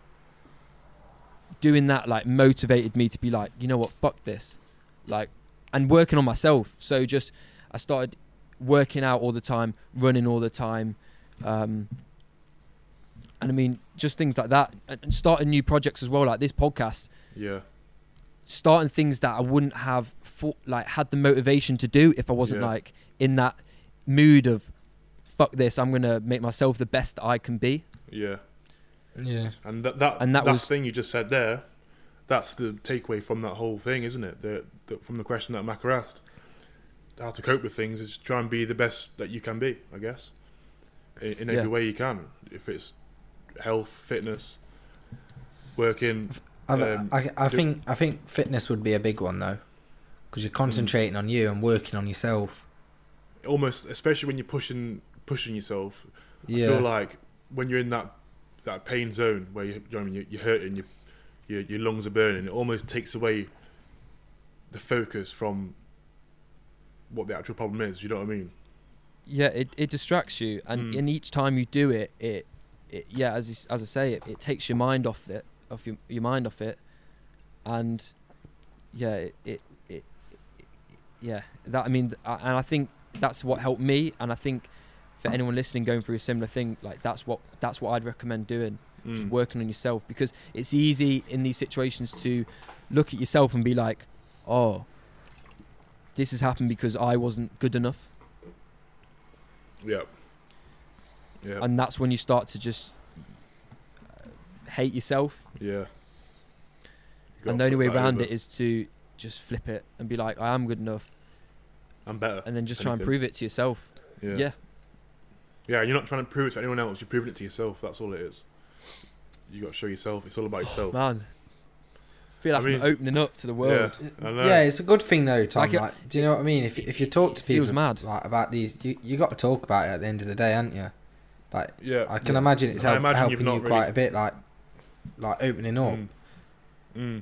doing that like motivated me to be like you know what fuck this like and working on myself so just i started working out all the time running all the time um and i mean just things like that and and starting new projects as well like this podcast
Yeah.
starting things that i wouldn't have thought like had the motivation to do if i wasn't
Yeah.
like in that mood of fuck this i'm gonna make myself the best that i can be
Yeah.
yeah.
And that that
And that
that
was-
thing you just said there, that's the takeaway from that whole thing, isn't it? The, the, from the question that Macker asked, how to cope with things is try and be the best that you can be, I guess, in, in
Yeah.
every way you can. If it's health, fitness, working,
I,
Um,
I, I
do-
think I think fitness would be a big one though, because you're concentrating on you and working on yourself.
almost especially when you're pushing pushing yourself. I
Yeah.
feel like when you're in that that pain zone where you, you know what I mean, you're, you're hurting, your, your your lungs are burning. It almost takes away the focus from what the actual problem is. You know what I mean?
yeah it, it distracts you and
Mm.
and each time you do it it, it yeah as you s- as i say it, it takes your mind off it off your, your mind off it and yeah it it, it, it yeah that i mean th- I- and i think that's what helped me and i think for anyone listening going through a similar thing like that's what that's what i'd recommend doing
Mm. Hmm.
just working on yourself because it's easy in these situations to look at yourself and be like oh this has happened because i wasn't good enough
Yeah. Yeah.
and that's when you start to just uh, hate yourself.
yeah. You gotta
and the only
flip
way
that
around
over.
it is to just flip it and be like, I am good enough,
I'm better.
and then just try and
Anything.
prove it to yourself.
Yeah.
Yeah.
Yeah, you're not trying to prove it to anyone else. You're proving it to yourself. That's all it is. You got to show yourself. It's all about yourself.
man. I feel
I
like I
mean-
am opening up to the world.
yeah, I know.
Yeah, it's a good thing though, Tom.
Like it-
Like, do you know what I mean? If if you talk to
it feels
people
mad.
like about these, you you got to talk about it at the end of the day, aren't you? Like
yeah.
I can
Yeah.
imagine it's
I
help,
imagine you've
helping you
not
quite
really-
a bit, like like opening up.
Mm. Mm.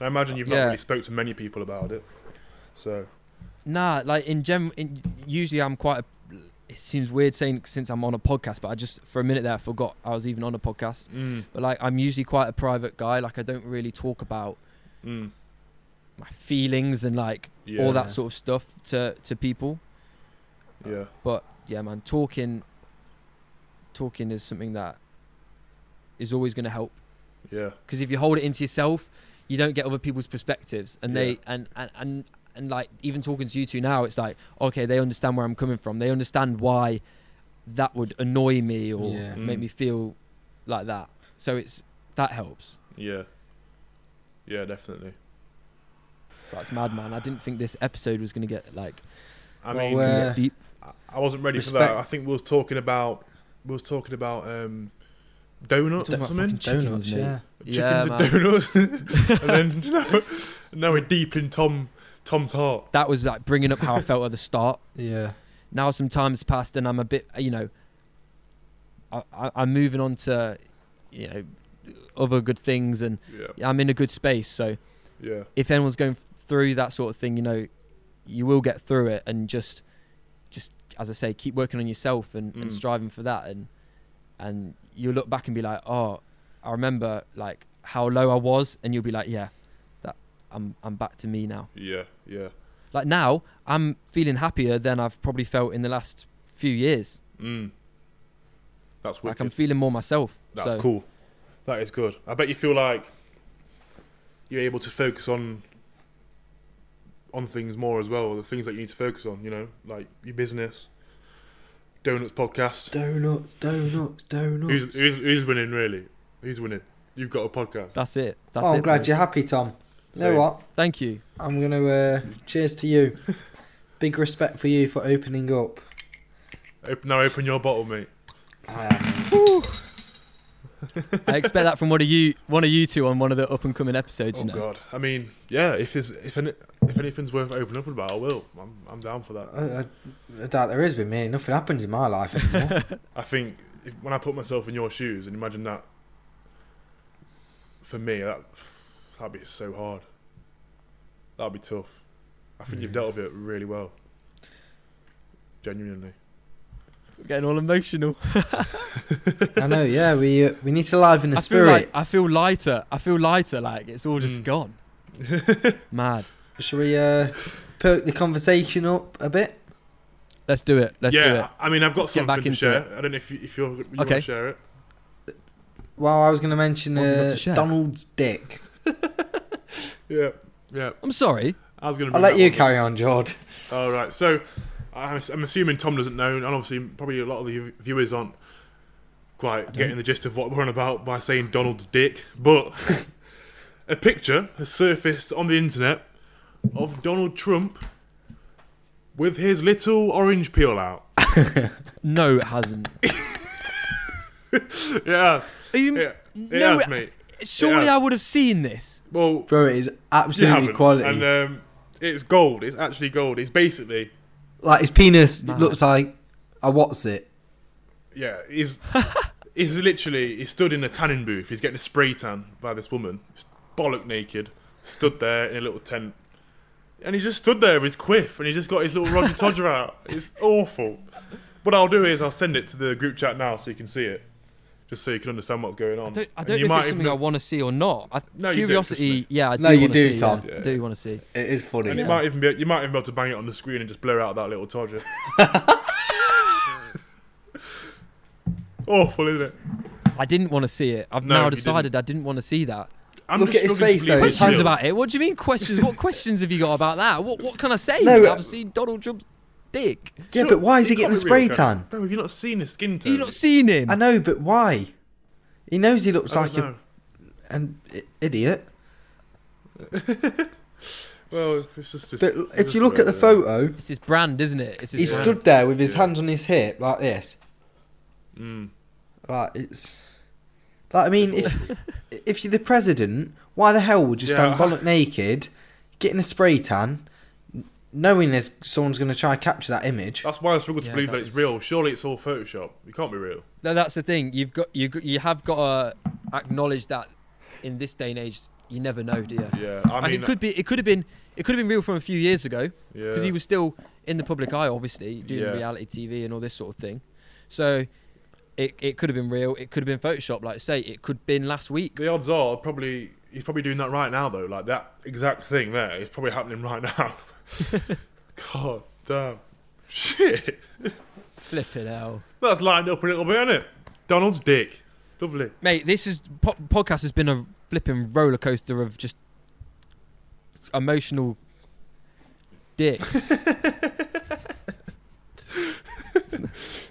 I imagine you've
Yeah.
not really spoke to many people about it. So
Nah, like in general, in, usually I'm quite. A, it seems weird saying since I'm on a podcast, but I just for a minute there I forgot I was even on a podcast.
mm,
But like I'm usually quite a private guy. Like I don't really talk about
mm,
my feelings and like
yeah,
all
Yeah.
that sort of stuff to to people.
yeah,
But yeah, man, talking talking is something that is always going to help
yeah,
because if you hold it into yourself, you don't get other people's perspectives, and
Yeah.
they and and and and like even talking to you two now, it's like okay, they understand where I'm coming from. They understand why that would annoy me or
Yeah.
make
Mm.
me feel like that. So it's that helps.
yeah, yeah, definitely.
That's mad, man. I didn't think this episode was gonna get like
I
Well,
mean,
uh,
gonna get deep.
I- I wasn't ready for that.
respect-
I think we was talking about we was talking about um, donuts
Talking
or
about
something.
fucking Chickens,
Donuts,
mate.
yeah.
Chickens
Yeah,
and
man.
donuts, and then now, now we're deep in Tom Tom's heart.
That was like bringing up how I felt at the start.
Yeah,
now some time's passed and I'm a bit, you know, I, I, I'm moving on to, you know, other good things and
Yeah,
I'm in a good space. So
yeah,
if anyone's going through that sort of thing, you know, you will get through it and just, just as I say, keep working on yourself and, and
Mm.
striving for that and, and you'll look back and be like, oh, I remember like how low I was, and you'll be like, yeah, that I'm I'm back to me now.
yeah, yeah.
Like now, I'm feeling happier than I've probably felt in the last few years.
Mm. That's
Like
wicked.
I'm feeling more myself.
That's
so,
cool. That is good. I bet you feel like you're able to focus on on things more as well. The things that you need to focus on, you know, like your business, donuts podcast.
donuts, donuts, donuts.
Who's, who's who's winning really? Who's winning? You've got a podcast.
That's it. That's
oh,
it.
I'm glad
boys.
you're happy, Tom. You know
So-
what?
Thank you.
I'm gonna uh, cheers to you. Big respect for you for opening up.
Open, now open your bottle, mate.
I expect that from one of you, one of you two, on one of the up and coming episodes.
Oh
you know.
God. I mean, yeah. If there's if any, if anything's worth opening up about, I will. I'm I'm down for that.
I, I, I doubt there is with me. Nothing happens in my life anymore.
I think if, when I put myself in your shoes and imagine that for me, that that'd be so hard. That'd be tough. I think you've
Yeah.
dealt with it really well. Genuinely.
We're getting all emotional.
I know. Yeah, we uh, we need to liven the
I feel
spirit.
like I feel lighter. I feel lighter. Like it's all just
Mm.
gone. Mad.
Shall we uh, perk the conversation up a bit?
Let's do it. Let's do it.
yeah, I I mean, I've got
Let's get back
something to
into
share. I don't know if you, if you're, you want
Okay.
to share it.
Well, I was going to mention
What have you got
uh,
to share?
Donald's dick.
Yeah, yeah.
I'm sorry.
I was gonna.
I'll
bring
let
that
you
one up.
carry on, Jord.
All right. So, I'm, I'm assuming Tom doesn't know, and obviously, probably a lot of the viewers aren't quite getting the gist of what we're on about by saying Donald's dick. But a picture has surfaced on the internet of Donald Trump with his little orange peel out.
No, it hasn't.
yeah,
Are you,
yeah, it
No,
has, mate.
surely
yeah.
I would have seen this.
Well,
Bro, it is
you
absolutely
haven't,
quality.
and um, it's gold. It's actually gold. It's basically
like, his penis
Mad.
looks like a what's it?
yeah, he's he's literally he stood in a tanning booth. He's getting a spray tan by this woman, He's bollock naked, stood there in a little tent, and he just stood there with his quiff, and he's just got his little Roger Todger out. It's awful. What I'll do is I'll send it to the group chat now so you can see it, just so you can understand what's going on.
I don't, I
And
don't know
you
if
might
it's
even
something I want to see or not. I,
No, you do,
curiosity.
trust me.
yeah, I do
No, you
wanna
do,
see,
Tom.
Yeah,
Yeah.
I do want to see.
It is funny.
And
Yeah.
it might even be you might even be able to bang it on the screen and just blur out that little Todger. Awful, isn't it?
I didn't want to see it. I've
No,
now
you
decided I didn't want to see that.
I'm
Look
just
at his
struggling to
face,
believe
though.
it's
questions
real.
about it. What do you mean questions? what questions have you got about that? What what can I say?
No,
I've
uh,
seen Donald Trump's dick.
Yeah,
Sure,
but why is he
can't
getting
be
spray
real, can
tan?
he? Bro, have you not seen his skin tone?
You not seen him?
I know, but why? He knows he looks
I
like
don't
a,
know.
an i- idiot.
Well, it's just. it's
But
just
if you look at the
weird, yeah.
photo,
It's his brand, isn't it? It's his
he
brand.
stood there with his
Yeah.
hands on his hip like this.
Mm.
Like it's. Like, I mean, if if you're the president, why the hell would you stand
Yeah.
bollock naked, getting a spray tan, n- knowing there's someone's going to try and capture that image?
That's why I struggle to
Yeah,
believe
that
that, it's
is-
real. Surely it's all Photoshop. It can't be real.
No, that's the thing. You've got you got- you have got to acknowledge that in this day and age, you never know, do you?
Yeah,
I
I
like
mean,
it could be. It could have been. It could have been real from a few years ago
yeah.
because he was still in the public eye, obviously doing
Yeah.
reality TV and all this sort of thing. So it it could have been real. It could have been Photoshop, like I say. It could have been last week.
The odds are probably he's probably doing that right now though. Like that exact thing there is probably happening right now. God damn, shit.
Flipping hell,
That's lined up a little bit, isn't it? Donald's dick. Lovely.
mate. This is po- podcast has been a flipping roller coaster of just emotional dicks.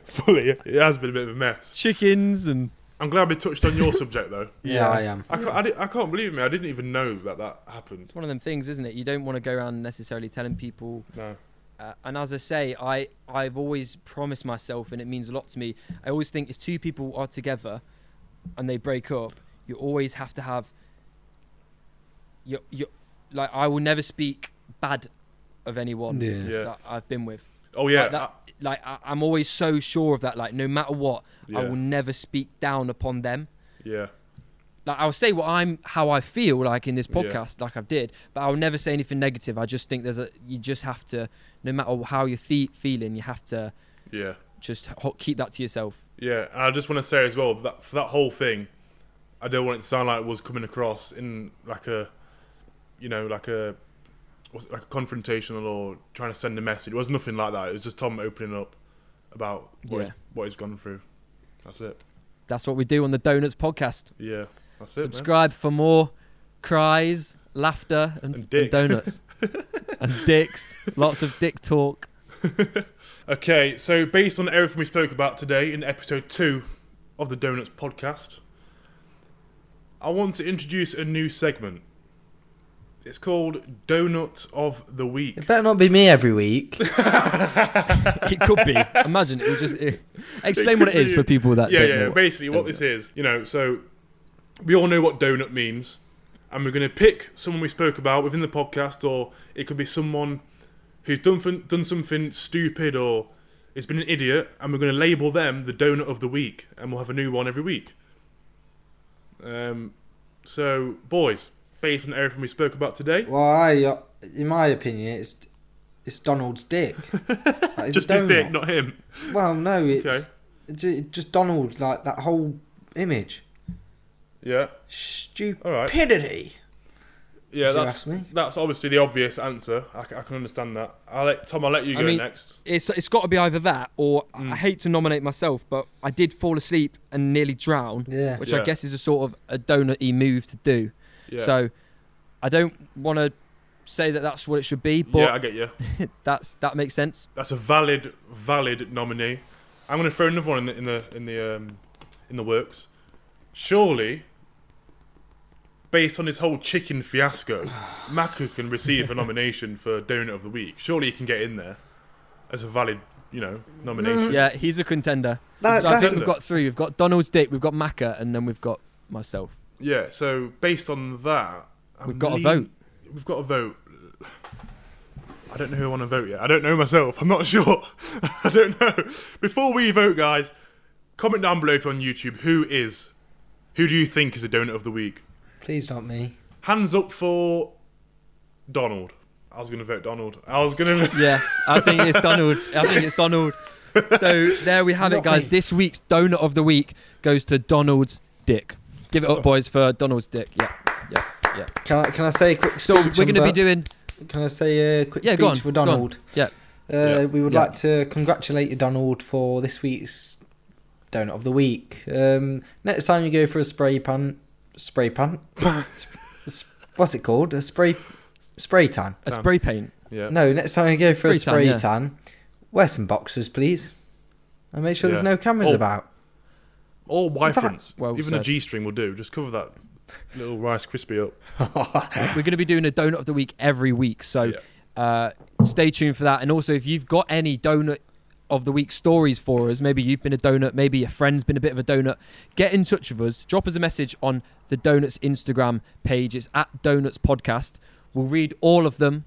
Fully, it has been a bit of a mess.
Chickens and
I'm glad we touched on your subject though.
Yeah, I am.
I can't, I, di- I can't believe me. I didn't even know that that happened.
It's one of them things, isn't it? You don't want to go around necessarily telling people.
No.
Uh, and as I say, I I've always promised myself, and it means a lot to me. I always think if two people are together, and they break up, you always have to have. You you, like I will never speak bad, of anyone
Yeah.
Yeah.
that I've been with.
Oh yeah.
Like, that, like I, I'm always so sure of that. Like no matter what,
I- yeah.
I will never speak down upon them
yeah.
like I'll say what I'm how I feel like in this
Yeah.
podcast like I did but I'll never say anything negative I just think there's a you just have to no matter how you're the- feeling you have to
Yeah.
just ho- keep that to yourself
Yeah, and I just want to say as well that for that whole thing, I don't want it to sound like it was coming across in like a, you know, like a, what's it, like a confrontational or trying to send a message. It was nothing like that. It was just Tom opening up about what, he's,
Yeah.
what he's gone through. That's it.
that's what we do on the donuts podcast
Yeah, that's it. man.
subscribe for more cries laughter and,
And dicks.
and donuts and dicks lots of dick talk
Okay, so based on everything we spoke about today in episode two of the Donuts podcast, I want to introduce a new segment. It's called Donut of the Week.
It better not be me every week.
it could be imagine it would just it- explain what it
could be
is for
you.
people that
yeah,
don't
yeah.
know what-
basically, what
don't
this is, you know, so we all know what donut means, and we're going to pick someone we spoke about within the podcast, or it could be someone who's done fin- done something stupid or has been an idiot, and we're going to label them the donut of the week, and we'll have a new one every week. Um, so boys, based on everything we spoke about today,
Well, I, uh, in my opinion, it's it's Donald's dick. Like, it's a
just his dick,
donut.
not him.
Well, no, it's
Okay.
ju- just Donald. Like that whole image.
Yeah, all right.
Stupidity.
Yeah,
If you
that's
ask me.
that's obviously the obvious answer. I, c- I can understand that. I'll let Tom. I'll let you
I
go
mean-
next.
it's it's got to be either that or
Mm.
I hate to nominate myself, but I did fall asleep and nearly drown,
Yeah.
which
Yeah.
I guess is a sort of a donut-y move to do.
Yeah.
So I don't want to say that that's what it should be, but
yeah, I get you.
that's that makes sense.
That's a valid, valid nominee. I'm going to throw another one in the in the in the um, in the works. Surely, based on his whole chicken fiasco, Maku can receive a nomination for donut of the week. Surely he can get in there as a valid, you know, nomination.
Yeah, he's a contender.
That,
so I
that's
think we've got three. We've got Donald's dick, we've got Macca, and then we've got myself.
Yeah, so based on that, I'm
We've got a
lean-
vote.
We've got a vote. I don't know who I want to vote yet. I don't know myself. I'm not sure. I don't know. Before we vote, guys, comment down below if you're on YouTube who is, who do you think is a donut of the week?
please not me.
Hands up for Donald. I was going to vote Donald. I was going to.
Yeah, I think it's Donald. I think it's Donald. So there we have it,
Not
guys.
me.
This week's donut of the week goes to Donald's dick. Give
Oh.
it up, boys, for Donald's dick. Yeah, yeah, yeah.
Can I, can I say a quick
So
speech?
we're going to be
Humbert?
doing
Can I say a quick
Yeah,
speech
go on,
for
go on.
Donald?
Yeah.
Uh,
Yeah.
We would
Yeah.
like to congratulate you, Donald, for this week's donut of the week. Um, next time you go for a spray pan, spray pan, sp- sp- what's it called? A spray, spray tan.
a
Sam.
spray paint.
Yeah.
No, next time you go for a
Spray tan,
spray
yeah.
tan, Wear some boxers, please, and make sure there's
Yeah.
no cameras
Oh.
about.
Or Y
fact-
fronts.
Well
Even a
said.
G string will do. Just cover that little Rice crispy up.
We're going to be doing a donut of the week every week, so
Yeah.
uh, stay tuned for that. And also, if you've got any donut of the week stories for us, maybe you've been a donut, maybe a friend's been a bit of a donut, get in touch with us. Drop us a message on the Donuts Instagram page. It's at Donuts Podcast. We'll read all of them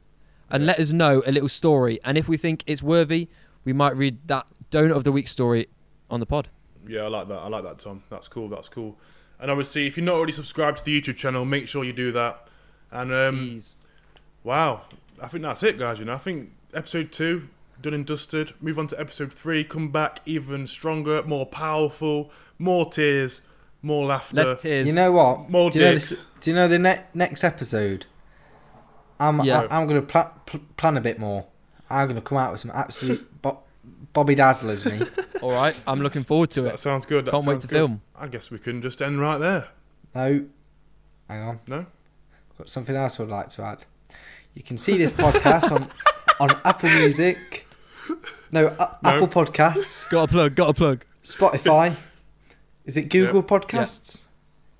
and
Yeah.
let us know a little story. And if we think it's worthy, we might read that donut of the week story on the pod.
Yeah, I like that. I like that, Tom. That's cool. That's cool. And obviously, if you're not already subscribed to the YouTube channel, make sure you do that. And um,
Please.
Wow, I think that's it, guys. You know, I think episode two done and dusted. Move on to episode three. Come back even stronger, more powerful, more tears, more laughter.
Less tears.
You know what?
More
do you know,
dicks.
this, do you know the ne- next episode? I'm
Yeah.
I, I'm gonna pla- pl- plan a bit more. I'm gonna come out with some absolute bo- Bobby Dazzlers me.
all right. I'm looking forward to
that
it.
sounds good. That
Can't wait
sounds
to
good.
film.
I guess we can just end right there.
No, hang on.
No?
Got something else I'd like to add. You can see this podcast on on Apple Music. No, A-
No.
Apple Podcasts,
Got a plug. Got a plug.
Spotify. Is it Google Podcasts?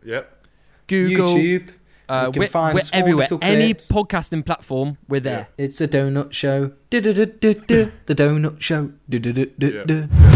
Yep.
Google.
YouTube.
Uh,
We can
we're
find
we're
small
everywhere.
little
Any
clips.
podcasting platform, we're there.
It's a donut show. Du-du-du-du-du. The donut show. Du-du-du-du-du.
Yeah.